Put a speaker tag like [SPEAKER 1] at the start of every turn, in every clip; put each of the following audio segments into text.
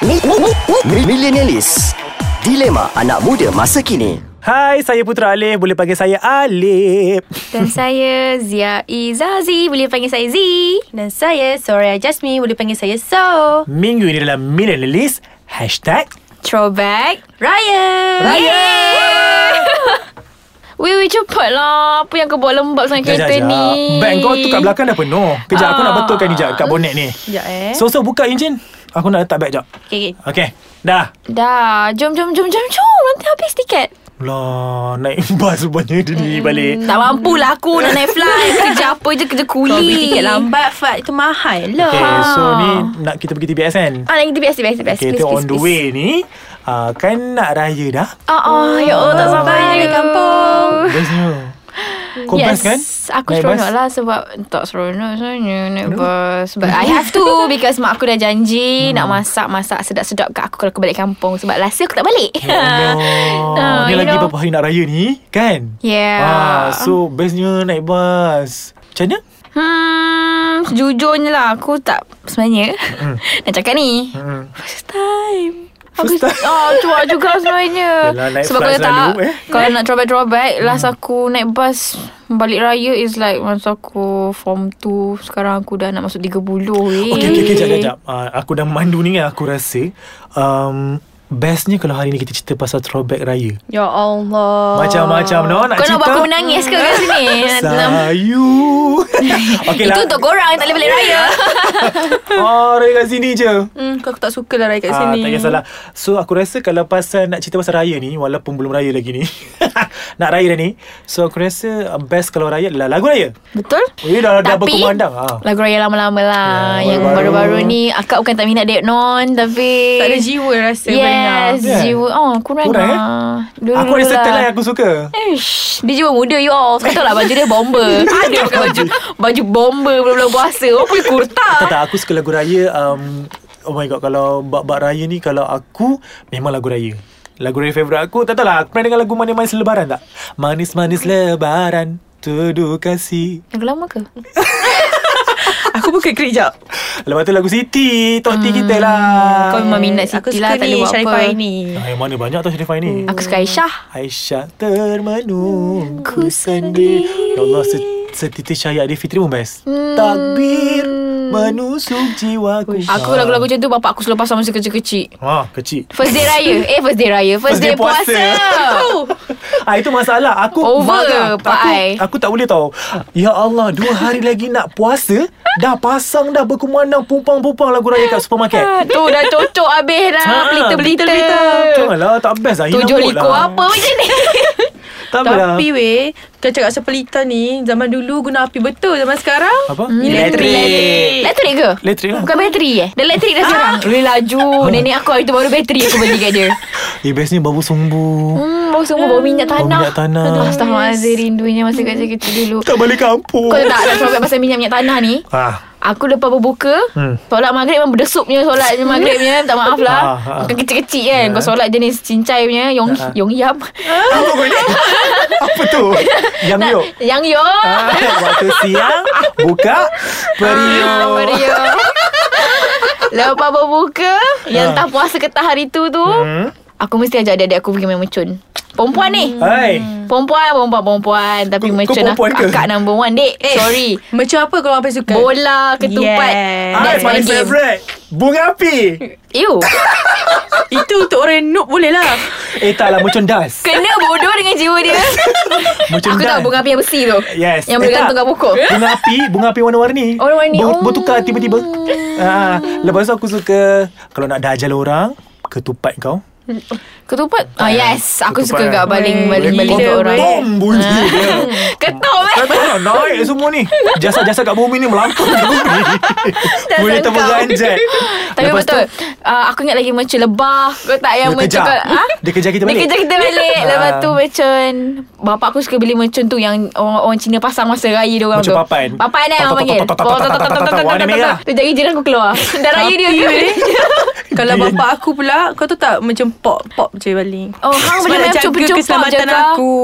[SPEAKER 1] Mi- mi- mi- mi- Millenialis Dilema anak muda masa kini
[SPEAKER 2] Hai, saya Putra Alif. Boleh panggil saya Alif.
[SPEAKER 3] Dan saya Zia Izazi Boleh panggil saya Z Dan saya Soraya Jasmi Boleh panggil saya So
[SPEAKER 2] Minggu ini dalam Millennialist. Hashtag.
[SPEAKER 3] Throwback Raya
[SPEAKER 2] Raya!
[SPEAKER 3] Weh weh cepatlah Apa yang kau buat lembab sangat kereta ni
[SPEAKER 2] Bag kau tu kat belakang dah penuh. Kejap, aku nak
[SPEAKER 3] Ah.
[SPEAKER 2] betulkan ni jap kat bonet ni.
[SPEAKER 3] Sekejap eh so,
[SPEAKER 2] So-so buka enjin. Aku nak letak beg jap.
[SPEAKER 3] okay, okay.
[SPEAKER 2] Okay. Dah.
[SPEAKER 3] Dah Jom jom jom jom jom Nanti habis tiket
[SPEAKER 2] Lah, naik bas rupanya dia ni balik.
[SPEAKER 3] Hmm, Tak mampu lah aku Nak naik flight Kerja apa je Kerja kuli
[SPEAKER 4] Kau beli tiket lambat Fat Itu mahal lah
[SPEAKER 2] Okay, so ni nak kita pergi TBS kan?
[SPEAKER 3] Ah, lagi biasa biasa biasa.
[SPEAKER 2] Okay,
[SPEAKER 3] please,
[SPEAKER 2] kita on
[SPEAKER 3] please,
[SPEAKER 2] the
[SPEAKER 3] please.
[SPEAKER 2] way ni. Uh, kan nak raya dah.
[SPEAKER 3] Ah, ah, ya Allah tak sabar
[SPEAKER 4] Balik
[SPEAKER 3] ya.
[SPEAKER 4] kampung.
[SPEAKER 2] Bestnya. Kau
[SPEAKER 3] yes,
[SPEAKER 2] best kan?
[SPEAKER 3] Aku
[SPEAKER 2] Naik
[SPEAKER 3] seronok
[SPEAKER 2] bas?
[SPEAKER 3] lah sebab tak seronok sebenarnya naik bas. But I have to because mak aku dah
[SPEAKER 2] Hmm.
[SPEAKER 3] janji nak masak-masak sedap-sedap kat aku kalau aku balik kampung sebab last year aku tak balik.
[SPEAKER 2] Ya Allah.
[SPEAKER 3] Ah,
[SPEAKER 2] Ni
[SPEAKER 3] you
[SPEAKER 2] lagi
[SPEAKER 3] know. Ya.
[SPEAKER 2] beberapa hari nak raya ni, kan?
[SPEAKER 3] Yeah.
[SPEAKER 2] Ah, so bestnya naik bas. Macam
[SPEAKER 3] Eh.
[SPEAKER 2] mana?
[SPEAKER 3] Hmm, jujurnya lah aku tak sebenarnya nak cakap ni.
[SPEAKER 2] Hmm.
[SPEAKER 3] First time.
[SPEAKER 2] First
[SPEAKER 3] aku,
[SPEAKER 2] time.
[SPEAKER 3] Oh, cuak juga sebenarnya.
[SPEAKER 2] Yalah, naik
[SPEAKER 3] Sebab
[SPEAKER 2] flight
[SPEAKER 3] kalau tak,
[SPEAKER 2] selalu, eh. Hmm.
[SPEAKER 3] kalau nak throwback-throwback, last aku naik bas balik raya is like masa aku form 2. Sekarang aku dah nak masuk 30
[SPEAKER 2] Okay,
[SPEAKER 3] weh.
[SPEAKER 2] okay, okay, jap, jap, jap. Uh, aku dah mandu ni kan, aku rasa. Um, bestnya kalau hari ni kita cerita pasal throwback raya.
[SPEAKER 4] Ya Allah
[SPEAKER 2] Macam-macam, no? Nak
[SPEAKER 3] Kau nak buat
[SPEAKER 2] cerita?
[SPEAKER 3] aku menangis ke kat sini?
[SPEAKER 2] Sayu. okay
[SPEAKER 3] Itu
[SPEAKER 2] lah.
[SPEAKER 3] untuk korang yang tak boleh balik raya.
[SPEAKER 2] Oh, raya kat sini je.
[SPEAKER 4] Hmm, kau aku tak suka lah Raya kat
[SPEAKER 2] Ah,
[SPEAKER 4] sini
[SPEAKER 2] tak kisahlah So aku rasa kalau pasal Nak cerita pasal raya ni Walaupun belum raya lagi ni Nak raya dah ni So aku rasa uh, Best kalau raya adalah Lagu raya
[SPEAKER 3] Betul?
[SPEAKER 2] Eh dah, dah
[SPEAKER 3] Tapi
[SPEAKER 2] berkumandang ah.
[SPEAKER 3] Lagu raya lama-lama lah
[SPEAKER 2] Ya,
[SPEAKER 3] Yang
[SPEAKER 2] baru-baru.
[SPEAKER 3] baru-baru ni Akak bukan tak minat Dek Non Tapi
[SPEAKER 4] Tak ada jiwa rasa
[SPEAKER 3] Eh, Yes
[SPEAKER 2] Yeah.
[SPEAKER 3] Jiwa Oh kurang,
[SPEAKER 2] Kurang, eh?
[SPEAKER 3] lah Dulu
[SPEAKER 2] Aku ada certain lah yang aku suka
[SPEAKER 3] Ish, dia jiwa muda you all Kau tahu lah baju dia bomber Dia pakai baju Baju bomber Bulan-bulan puasa Orang pakai kurta
[SPEAKER 2] Tak tak aku suka lagu raya um, Oh my god Kalau bab-bab raya ni Kalau aku Memang lagu raya Lagu raya favourite aku Tak tahu lah Aku pernah dengar lagu Manis-Manis Lebaran tak Manis-Manis Lebaran Tuduh kasih
[SPEAKER 3] Lagu lama ke?
[SPEAKER 4] Aku buka krik jap
[SPEAKER 2] Lepas tu lagu Siti Tok T kita lah
[SPEAKER 3] Kau memang minat
[SPEAKER 4] Aku
[SPEAKER 3] Siti lah
[SPEAKER 4] suka
[SPEAKER 3] Tak boleh
[SPEAKER 4] ni
[SPEAKER 3] buat apa
[SPEAKER 4] Sharifah ini
[SPEAKER 2] Ah, yang mana banyak tau Syarifah ni
[SPEAKER 3] Aku suka Aisyah
[SPEAKER 2] Aisyah termenungku sendiri Hmm. Ya Allah se- setitik syair dia Fitri pun best Takbir menusuk jiwaku
[SPEAKER 3] Aku lagu-lagu macam tu Bapak aku selalu pasang Masa kecil-kecil
[SPEAKER 2] Wah kecil
[SPEAKER 3] First day raya Eh first day raya
[SPEAKER 2] First
[SPEAKER 3] First,
[SPEAKER 2] day
[SPEAKER 3] day, puasa,
[SPEAKER 4] Oh,
[SPEAKER 2] ah, Itu masalah Aku
[SPEAKER 3] Over,
[SPEAKER 2] marah.
[SPEAKER 3] Pak
[SPEAKER 2] aku,
[SPEAKER 3] Ai.
[SPEAKER 2] aku tak boleh tau Ya Allah Dua hari lagi nak puasa Dah pasang dah berkumandang Pumpang-pumpang lagu raya kat supermarket
[SPEAKER 3] Tu dah cocok habis dah
[SPEAKER 2] Ah,
[SPEAKER 3] Pelita-pelita
[SPEAKER 2] Jangan lah Tak best lah
[SPEAKER 3] Tujuh
[SPEAKER 2] Hilang mood
[SPEAKER 3] liku
[SPEAKER 2] lah.
[SPEAKER 3] apa macam ni
[SPEAKER 2] Tak best lah
[SPEAKER 4] Tapi weh Kau cakap pasal pelita ni Zaman dulu guna api betul Zaman sekarang
[SPEAKER 2] Apa?
[SPEAKER 3] Hmm.
[SPEAKER 4] Elektrik
[SPEAKER 3] Elektrik ke?
[SPEAKER 2] Elektrik lah. Ah. Oh.
[SPEAKER 3] Bukan bateri eh? Dah elektrik dah sekarang Boleh laju Nenek aku hari tu baru bateri aku beli kat dia
[SPEAKER 2] Eh bestnya babu sumbu
[SPEAKER 3] Hmm, bau semua bau minyak
[SPEAKER 2] Bau
[SPEAKER 3] tanah.
[SPEAKER 2] minyak tanah.
[SPEAKER 3] Astaghfirullahalazim rindunya masa kat saya kecil dulu.
[SPEAKER 2] Tak balik kampung
[SPEAKER 3] Kau tak nak solat pasal minyak-minyak tanah ni?
[SPEAKER 2] Ah,
[SPEAKER 3] Aku lepas berbuka
[SPEAKER 2] Hmm.
[SPEAKER 3] hmm. Solat maghrib memang berdesuk punya Solat je maghrib punya Minta maaf lah
[SPEAKER 2] Ah, ah.
[SPEAKER 3] Bukan kecil-kecil kan Kau solat jenis cincai punya Yong,
[SPEAKER 2] Ah.
[SPEAKER 3] yong yam
[SPEAKER 2] Apa kau ni? Apa tu? Yang yuk.
[SPEAKER 3] Yang yong
[SPEAKER 2] Ah, waktu siang buka
[SPEAKER 3] Apa
[SPEAKER 2] periuk.
[SPEAKER 3] dia Lepas berbuka Yang
[SPEAKER 2] Ah.
[SPEAKER 3] tak puasa ke tak hari tu tu
[SPEAKER 2] Hmm.
[SPEAKER 3] Aku mesti ajak adik-adik aku pergi main mecun Perempuan ni
[SPEAKER 2] Hai.
[SPEAKER 3] Hmm. Perempuan, perempuan, perempuan
[SPEAKER 2] Kau-
[SPEAKER 3] Tapi
[SPEAKER 2] kau
[SPEAKER 3] mecun aku
[SPEAKER 2] perempuan ke?
[SPEAKER 3] Kakak number one Dek, sorry
[SPEAKER 4] Macam apa korang paling suka?
[SPEAKER 3] Bola, ketupat
[SPEAKER 4] Yes.
[SPEAKER 2] Hai,
[SPEAKER 3] That's my
[SPEAKER 2] paling
[SPEAKER 3] game
[SPEAKER 2] favourite. Bunga api.
[SPEAKER 3] Ew
[SPEAKER 4] Itu untuk orang yang noob boleh lah
[SPEAKER 2] Eh tak lah, macam das.
[SPEAKER 3] Kena bodoh dengan jiwa dia
[SPEAKER 2] Macam
[SPEAKER 3] Aku
[SPEAKER 2] das.
[SPEAKER 3] tahu bunga api yang besi tu
[SPEAKER 2] Yes.
[SPEAKER 3] Yang boleh
[SPEAKER 2] Eh, tak.
[SPEAKER 3] gantung kat pokok
[SPEAKER 2] Bunga api, bunga api warna-warni.
[SPEAKER 3] Warna-warni.
[SPEAKER 2] Ber-
[SPEAKER 3] Oh.
[SPEAKER 2] Bertukar tiba-tiba. Ah, lepas tu aku suka kalau nak dajal orang, ketupat kau.
[SPEAKER 3] Ketupat Ah yes Aku
[SPEAKER 2] Ketupat, eh.
[SPEAKER 3] suka kat baling-baling
[SPEAKER 4] Gila,
[SPEAKER 3] untuk orang Ah.
[SPEAKER 4] weh.
[SPEAKER 2] Bom bunyi dia.
[SPEAKER 3] Ketuk eh
[SPEAKER 2] Kau tahu tak, naik semua ni Jasa-jasa kat bumi ni Melampau kat bumi Boleh
[SPEAKER 3] sangkau.
[SPEAKER 2] terperanjat
[SPEAKER 3] Tapi
[SPEAKER 2] Lepas tu,
[SPEAKER 3] betul uh, Aku ingat lagi macam lebah Kau tak yang
[SPEAKER 2] Dia
[SPEAKER 3] macam
[SPEAKER 2] kejar.
[SPEAKER 3] kau- ha?
[SPEAKER 2] Dia kejar kita balik.
[SPEAKER 3] Dia kejar kita balik
[SPEAKER 2] Ah.
[SPEAKER 3] Lepas tu macam Bapak aku suka beli macam tu Yang orang, orang Cina pasang masa raya dia orang
[SPEAKER 2] Macam
[SPEAKER 3] tu
[SPEAKER 2] papan.
[SPEAKER 3] Papan eh orang panggil
[SPEAKER 2] Warna merah.
[SPEAKER 3] Dia jadi jiran aku keluar Dah raya dia
[SPEAKER 4] Tapi weh Kalau
[SPEAKER 2] Dia-
[SPEAKER 4] bapak aku pula Kau tahu tak macam pop Pop je paling
[SPEAKER 3] Oh, hang
[SPEAKER 4] Sebab
[SPEAKER 3] boleh
[SPEAKER 4] nak
[SPEAKER 3] main
[SPEAKER 4] jaga
[SPEAKER 3] cuba-cuba
[SPEAKER 4] keselamatan
[SPEAKER 3] je, Kak.
[SPEAKER 4] aku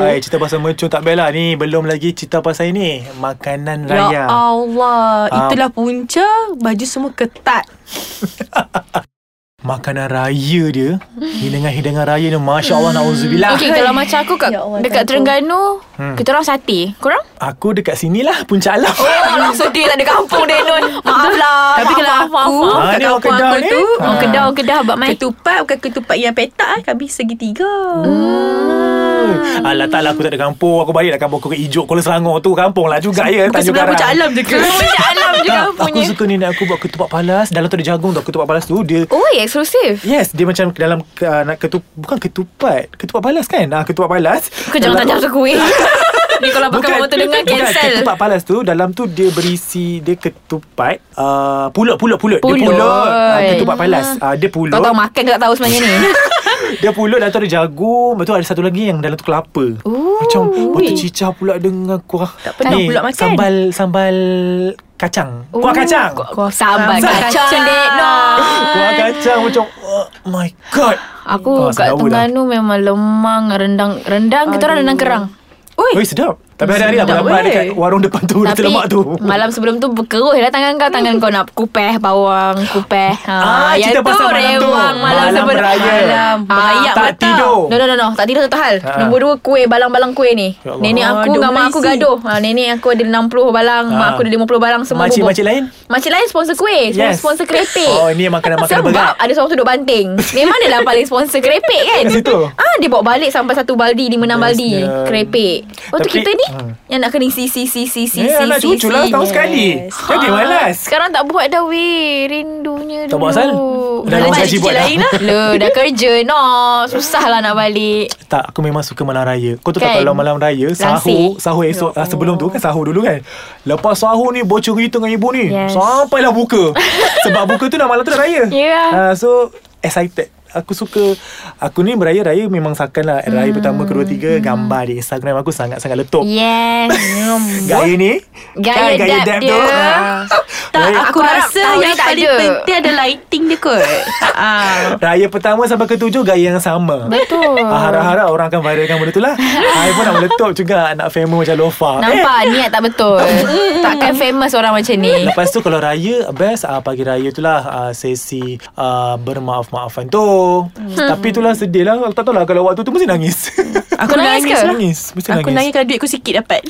[SPEAKER 2] Hai, cerita pasal mercun tak bela ni Belum lagi cerita pasal ini Makanan
[SPEAKER 4] Ya
[SPEAKER 2] raya
[SPEAKER 4] Allah
[SPEAKER 2] Ah.
[SPEAKER 4] Itulah punca Baju semua ketat
[SPEAKER 2] makanan raya dia hidangan-hidangan raya dia masya-Allah nauzubillah.
[SPEAKER 3] Okay kalau macam aku kat,
[SPEAKER 5] Ya Allah,
[SPEAKER 3] Dekat
[SPEAKER 5] takut.
[SPEAKER 3] Terengganu
[SPEAKER 2] Hmm.
[SPEAKER 3] Kita orang sate Korang?
[SPEAKER 2] Aku dekat sinilah Puncak Alam.
[SPEAKER 3] Oh langsung dia tak ada kampung dia Nun Maaf lah
[SPEAKER 4] Tapi kalau aku
[SPEAKER 2] maaf. Ah,
[SPEAKER 4] kat
[SPEAKER 2] ni orang
[SPEAKER 4] kampung
[SPEAKER 2] Kedah
[SPEAKER 4] aku
[SPEAKER 2] ni.
[SPEAKER 4] tu
[SPEAKER 3] Oh, kedah, kedah Abang Mai
[SPEAKER 4] Ketupat bukan ketupat yang petak eh. Kami segitiga. Hmm.
[SPEAKER 2] Alah tak lah aku tak ada kampung Aku baliklah kampung aku ke Ijuk Kuala Selangor tu Kampung lah juga ya
[SPEAKER 4] Bukan sebelah puncak alam je ke?
[SPEAKER 3] lah, Macam alam je
[SPEAKER 2] tak, Aku
[SPEAKER 3] kampungnya
[SPEAKER 2] suka nenek aku buat ketupat palas Dalam tu ada jagung tau Ketupat palas tu dia
[SPEAKER 3] Oh eksklusif
[SPEAKER 2] Yes Dia macam dalam uh, nak ketup, Bukan ketupat Ketupat palas kan ah, Ketupat palas
[SPEAKER 3] Kau jangan
[SPEAKER 2] Dalam-
[SPEAKER 3] tajam aku eh Ni kalau pakai motor dengar
[SPEAKER 2] Bukan
[SPEAKER 3] cancel
[SPEAKER 2] ketupat palas tu Dalam tu dia berisi Dia ketupat uh, Pulut pulut pulut Dia
[SPEAKER 3] Pulut.
[SPEAKER 2] pulut uh, Ketupat palas uh, Dia pulut
[SPEAKER 3] Kau tahu makan ke tak tahu sebenarnya ni
[SPEAKER 2] Dia pulut Dalam tu ada jagung Lepas tu ada satu lagi Yang dalam tu kelapa Ooh, Macam Lepas tu cicah pula Dengan kuah Tak
[SPEAKER 4] pernah pula makan.
[SPEAKER 2] Sambal Sambal Kacang Ooh, Kuah kacang
[SPEAKER 3] Kau sambal
[SPEAKER 4] Sambal
[SPEAKER 3] kacang
[SPEAKER 4] kacang.
[SPEAKER 3] dek no.
[SPEAKER 2] Kuah kacang Macam Oh my god
[SPEAKER 3] Aku
[SPEAKER 2] Ah,
[SPEAKER 3] kat
[SPEAKER 2] sedawa dah.
[SPEAKER 3] Terengganu memang lemang Rendang Rendang kita orang rendang kerang
[SPEAKER 2] Oi sedap Tapi hari-hari lah
[SPEAKER 4] Sedap,
[SPEAKER 2] Aku nampak
[SPEAKER 4] weh.
[SPEAKER 2] dekat warung depan tu Tapi, lemak tu
[SPEAKER 3] malam sebelum tu berkeruh lah tangan kau Tangan kau nak kupeh bawang Kupeh
[SPEAKER 2] Ah, cerita pasal malam tu.
[SPEAKER 3] rewang Malam,
[SPEAKER 2] Malam
[SPEAKER 3] sebelum
[SPEAKER 2] beraya.
[SPEAKER 3] Malam
[SPEAKER 4] Ah,
[SPEAKER 3] Berayak
[SPEAKER 2] tak
[SPEAKER 3] matang.
[SPEAKER 2] tidur.
[SPEAKER 3] No no no, no. Tak tidur satu hal
[SPEAKER 2] Ah.
[SPEAKER 3] Nombor dua kuih Balang-balang kuih ni
[SPEAKER 2] Ya Allah.
[SPEAKER 3] Nenek
[SPEAKER 4] Ah,
[SPEAKER 3] aku
[SPEAKER 4] dia
[SPEAKER 3] dengan mak
[SPEAKER 4] orang
[SPEAKER 3] aku
[SPEAKER 4] isi.
[SPEAKER 3] gaduh Ah, Nenek aku ada 60 balang Mak
[SPEAKER 2] Ah.
[SPEAKER 3] aku ada 50 balang Semua
[SPEAKER 2] Makcik-makcik
[SPEAKER 3] bubur.
[SPEAKER 2] lain?
[SPEAKER 3] Makcik lain sponsor kuih Sponsor,
[SPEAKER 2] Yes.
[SPEAKER 3] sponsor keripik
[SPEAKER 2] Oh, ini makanan-makanan
[SPEAKER 3] Sebab
[SPEAKER 2] berat.
[SPEAKER 3] ada seorang tu duduk banting Memang dia lah paling sponsor keripik kan
[SPEAKER 2] Kat situ?
[SPEAKER 3] Ah, Dia bawa balik sampai satu baldi Lima enam baldi
[SPEAKER 2] Bestnya.
[SPEAKER 3] Keripik Lepas tu
[SPEAKER 2] Tapi-
[SPEAKER 3] kita ni
[SPEAKER 2] Ah.
[SPEAKER 3] Yang nak kena isi isi isi
[SPEAKER 2] Eh
[SPEAKER 3] isi
[SPEAKER 2] anak cucu lah Tahun sekali Jadi malas
[SPEAKER 3] Ah, sekarang tak buat dah weh Rindunya
[SPEAKER 2] Tak
[SPEAKER 3] dulu
[SPEAKER 2] buat asal. Dah
[SPEAKER 3] Dah
[SPEAKER 2] orang
[SPEAKER 3] cari
[SPEAKER 2] gaji buat
[SPEAKER 3] kerja
[SPEAKER 2] dah.
[SPEAKER 3] lain lah Loh, Dah kerja no Susah lah nak balik
[SPEAKER 2] Tak, aku memang suka malam raya. Kau tahu tak
[SPEAKER 3] Kan? Ya
[SPEAKER 2] kalau malam raya, sahur, sahur esok, ah, sebelum tu kan sahur dulu kan. Lepas sahur ni, bocor cerita dengan ibu ni.
[SPEAKER 3] Yes.
[SPEAKER 2] Sampailah buka. Sebab buka tu dah malam tu dah raya.
[SPEAKER 3] Yeah.
[SPEAKER 2] Ah, so, excited. Aku suka Aku ni beraya-raya Memang sakan lah
[SPEAKER 3] Hmm.
[SPEAKER 2] Raya pertama, kedua, tiga Gambar di Instagram aku Sangat-sangat letup
[SPEAKER 3] Yes
[SPEAKER 2] Oh. Gaya ni Kan,
[SPEAKER 3] Gaya dab dia.
[SPEAKER 2] Ah.
[SPEAKER 4] Tak,
[SPEAKER 2] Raya-
[SPEAKER 3] Aku
[SPEAKER 4] aku,
[SPEAKER 3] harap
[SPEAKER 4] rasa
[SPEAKER 3] tahun
[SPEAKER 4] yang
[SPEAKER 3] ni tak
[SPEAKER 4] paling
[SPEAKER 3] ada.
[SPEAKER 4] penting ada lighting dia kot. ah.
[SPEAKER 2] Raya pertama sampai ketujuh Gaya yang sama
[SPEAKER 3] Betul
[SPEAKER 2] Ah, harap-harap orang akan viralkan benda tu lah I pun nak meletup juga Nak famous macam Lofa
[SPEAKER 3] Nampak niat tak betul Takkan famous orang macam ni
[SPEAKER 2] Lepas tu kalau raya Best uh, pagi raya tu lah uh, Sesi uh, Bermaaf-maafan tu Tapi tu lah sedih lah Tak tahu lah Kalau waktu tu mesti nangis
[SPEAKER 4] Aku
[SPEAKER 3] Kau nangis
[SPEAKER 4] nangis,
[SPEAKER 3] ke?
[SPEAKER 4] lah.
[SPEAKER 2] Nangis Mesti
[SPEAKER 4] Aku nangis Ah,
[SPEAKER 2] nangis
[SPEAKER 4] kalau duitku sikit dapat.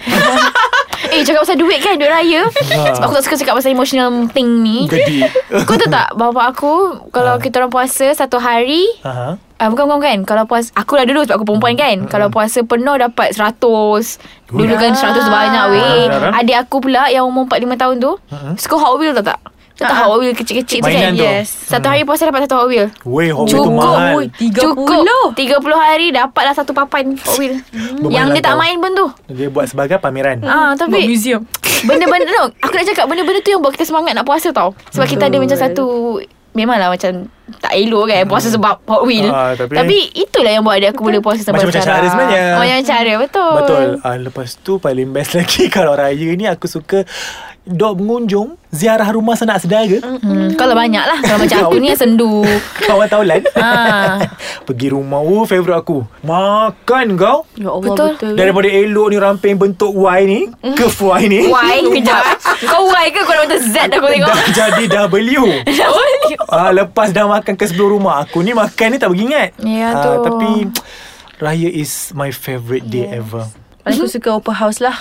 [SPEAKER 3] Eh cakap pasal duit kan Duit raya Sebab aku tak suka cakap pasal emotional thing ni
[SPEAKER 2] Gedi
[SPEAKER 3] Kau tahu tak Bapa aku Kalau kita orang puasa Satu hari
[SPEAKER 2] Aha.
[SPEAKER 3] Ah, bukan, bukan, bukan. Kalau puasa... Akulah dulu sebab aku perempuan
[SPEAKER 2] Hmm.
[SPEAKER 3] kan. Kalau puasa penuh dapat 100. Dulu kan 100 banyak weh.
[SPEAKER 2] Ah. Hmm.
[SPEAKER 3] Adik aku pula yang umur 45 tahun tu. Suka Hot Wheel tau tak? Kau tahu
[SPEAKER 4] Ah, ah.
[SPEAKER 3] Hot Wheel kecil-kecil tu
[SPEAKER 2] Mainan
[SPEAKER 3] kan?
[SPEAKER 2] tu. Hmm.
[SPEAKER 4] Yes.
[SPEAKER 3] Satu hari puasa dapat satu Hot Wheel.
[SPEAKER 2] Weh Hot Wheels tu
[SPEAKER 3] Cukup
[SPEAKER 2] mahal
[SPEAKER 4] Ui, tiga puluh.
[SPEAKER 3] Cukup 30 hari Dapatlah satu papan Hot Wheel Yang dia tak
[SPEAKER 2] kau.
[SPEAKER 3] main pun tu
[SPEAKER 2] Dia buat sebagai pameran
[SPEAKER 3] Ah,
[SPEAKER 4] Buat
[SPEAKER 3] tapi
[SPEAKER 4] museum.
[SPEAKER 3] benda-benda no, aku nak cakap benda-benda tu yang buat kita semangat nak puasa tau. Sebab kita ada macam satu Memanglah macam tak elok kan puasa sebab Hot Wheel.
[SPEAKER 2] Ah,
[SPEAKER 3] tapi,
[SPEAKER 2] tapi-
[SPEAKER 3] tapi itulah yang buat adik aku boleh puasa sampai
[SPEAKER 2] Macam-macam
[SPEAKER 3] sekarang.
[SPEAKER 2] cara sebenarnya.
[SPEAKER 3] Macam-macam cara, betul.
[SPEAKER 2] Betul uh, Lepas tu paling best lagi Kalau raya ni aku suka Dok mengunjung Ziarah rumah sanak sedara
[SPEAKER 3] Hmm, kalau banyak lah. Kalau macam aku ni yang sendu.
[SPEAKER 2] Kawan taulan
[SPEAKER 3] Ah.
[SPEAKER 2] Pergi rumah Oh favourite aku Makan kau
[SPEAKER 4] Ya Allah
[SPEAKER 3] Betul.
[SPEAKER 4] betul.
[SPEAKER 2] Daripada elok ni Ramping bentuk Y ni Ke Y ni
[SPEAKER 3] Why? Kejap. Kau why ke kau nak kata Z dah kau tengok?
[SPEAKER 2] Dah jadi W uh, Lepas dah makan ke sebelum rumah Aku ni makan ni tak beringat
[SPEAKER 3] Ya,
[SPEAKER 2] Ah,
[SPEAKER 3] tu.
[SPEAKER 2] Tapi Raya is my favourite day ever
[SPEAKER 4] Paling aku suka open house lah.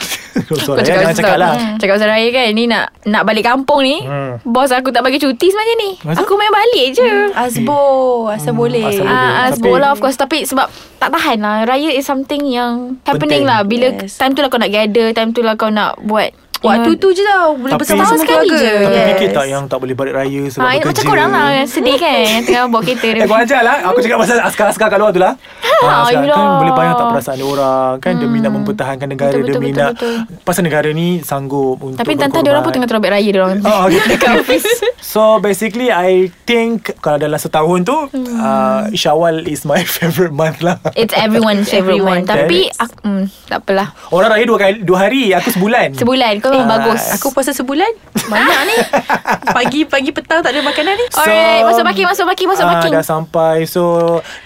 [SPEAKER 2] So
[SPEAKER 3] Kau
[SPEAKER 2] Raya jangan
[SPEAKER 3] pasal-
[SPEAKER 2] cakap lah
[SPEAKER 3] Cakap pasal raya kan Ni nak nak balik kampung ni
[SPEAKER 2] Hmm.
[SPEAKER 3] Bos aku tak bagi cuti sebenarnya ni
[SPEAKER 2] Masa?
[SPEAKER 3] Aku main balik je
[SPEAKER 4] Azbo, Hmm. asal boleh.
[SPEAKER 2] asal boleh.
[SPEAKER 3] Ah, ah,
[SPEAKER 2] Tapi-
[SPEAKER 3] Sebab lah of course Tapi sebab Tak tahan lah Raya is something yang
[SPEAKER 2] Penting.
[SPEAKER 3] Happening lah Bila
[SPEAKER 4] Yes.
[SPEAKER 3] time tu lah kau nak gather Time tu lah kau nak buat
[SPEAKER 4] Waktu tu je tau Boleh
[SPEAKER 2] Tapi-
[SPEAKER 4] bersama
[SPEAKER 2] Tahun
[SPEAKER 4] sama
[SPEAKER 3] sekali
[SPEAKER 4] keluarga
[SPEAKER 3] je.
[SPEAKER 2] Tapi
[SPEAKER 3] Yes.
[SPEAKER 2] fikir tak yang tak boleh balik raya Sebab
[SPEAKER 3] ha,
[SPEAKER 2] bekerja
[SPEAKER 3] Macam korang lah yang Sedih kan Yang tengah bawa kereta
[SPEAKER 2] Eh
[SPEAKER 3] tu
[SPEAKER 2] kau ajar lah Aku cakap pasal askar-askar kat luar tu lah
[SPEAKER 3] Ah,
[SPEAKER 2] ha, Sekarang kan
[SPEAKER 3] yelah.
[SPEAKER 2] boleh bayang tak perasaan dia orang Kan demi nak mempertahankan negara
[SPEAKER 3] Hmm. Betul, betul,
[SPEAKER 2] Demi
[SPEAKER 3] betul,
[SPEAKER 2] nak
[SPEAKER 3] betul.
[SPEAKER 2] Pasal negara ni sanggup untuk
[SPEAKER 3] Tapi tante dia orang pun
[SPEAKER 2] berkorban.
[SPEAKER 3] tengah terobek raya dia orang
[SPEAKER 2] Oh, okay. so basically I think kalau dalam setahun tu hmm. uh, Syawal is my favourite month lah.
[SPEAKER 3] It's everyone's favourite one
[SPEAKER 4] Everyone.
[SPEAKER 3] Tapi
[SPEAKER 2] Yes.
[SPEAKER 3] aku, mm, Tak apalah
[SPEAKER 2] Orang raya dua kali dua hari, aku sebulan.
[SPEAKER 3] Sebulan Kau
[SPEAKER 2] Ah.
[SPEAKER 3] Betul,
[SPEAKER 4] Eh,
[SPEAKER 3] bagus. Ah.
[SPEAKER 4] Aku puasa sebulan. Mana ni? Pagi, pagi, petang tak ada makanan ni.
[SPEAKER 3] Alright, masuk parking, masuk parking, masuk
[SPEAKER 2] Ah,
[SPEAKER 3] parking.
[SPEAKER 2] Dah sampai So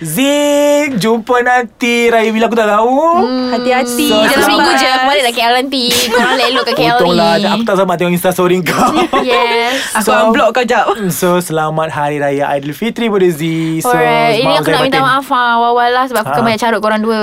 [SPEAKER 2] Zing Jumpa nanti Raya bila aku tak tahu hmm.
[SPEAKER 4] Hati-hati.
[SPEAKER 2] So,
[SPEAKER 3] Dalam
[SPEAKER 2] Selamat.
[SPEAKER 3] seminggu je aku balik dah KL nanti. Korang elok kat E. KL ni.
[SPEAKER 2] Untunglah lah, Aku tak sama tengok instastory kau
[SPEAKER 3] Yes.
[SPEAKER 4] Aku
[SPEAKER 2] So-
[SPEAKER 4] unblock kau jap.
[SPEAKER 2] So selamat Hari Raya Aidilfitri Pada Z So
[SPEAKER 3] Alright, ini
[SPEAKER 2] maaf
[SPEAKER 3] aku
[SPEAKER 2] saya
[SPEAKER 3] nak minta
[SPEAKER 2] batin.
[SPEAKER 3] maaf ah Wawa lah sebab aku kan
[SPEAKER 2] Ah.
[SPEAKER 3] banyak carut korang dua.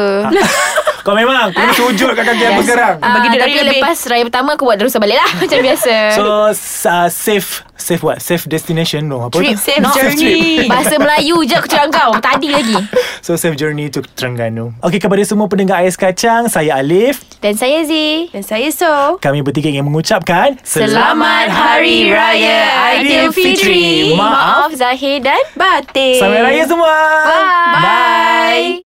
[SPEAKER 2] Kau memang Kau sujud kat kaki aku sekarang
[SPEAKER 3] Ah,
[SPEAKER 4] Bagi dia
[SPEAKER 3] tapi
[SPEAKER 4] lari lebih.
[SPEAKER 3] lepas raya pertama aku buat terus balik lah macam biasa.
[SPEAKER 2] So s- uh, Safe Safe what? Safe destination No apa
[SPEAKER 3] Trip,
[SPEAKER 2] tu?
[SPEAKER 4] Safe
[SPEAKER 3] No.
[SPEAKER 4] journey.
[SPEAKER 3] Bahasa Melayu je aku curang kau Tadi lagi
[SPEAKER 2] So safe journey to Terengganu Okay kepada semua pendengar Ais Kacang Saya Alif
[SPEAKER 3] Dan saya Z
[SPEAKER 4] Dan saya so.
[SPEAKER 2] Kami bertiga ingin mengucapkan
[SPEAKER 4] Selamat Hari Raya Aidilfitri.
[SPEAKER 2] Maaf
[SPEAKER 3] Maaf Zahir dan
[SPEAKER 4] Batik.
[SPEAKER 2] Selamat Raya semua
[SPEAKER 3] Bye.
[SPEAKER 2] Bye
[SPEAKER 4] Bye.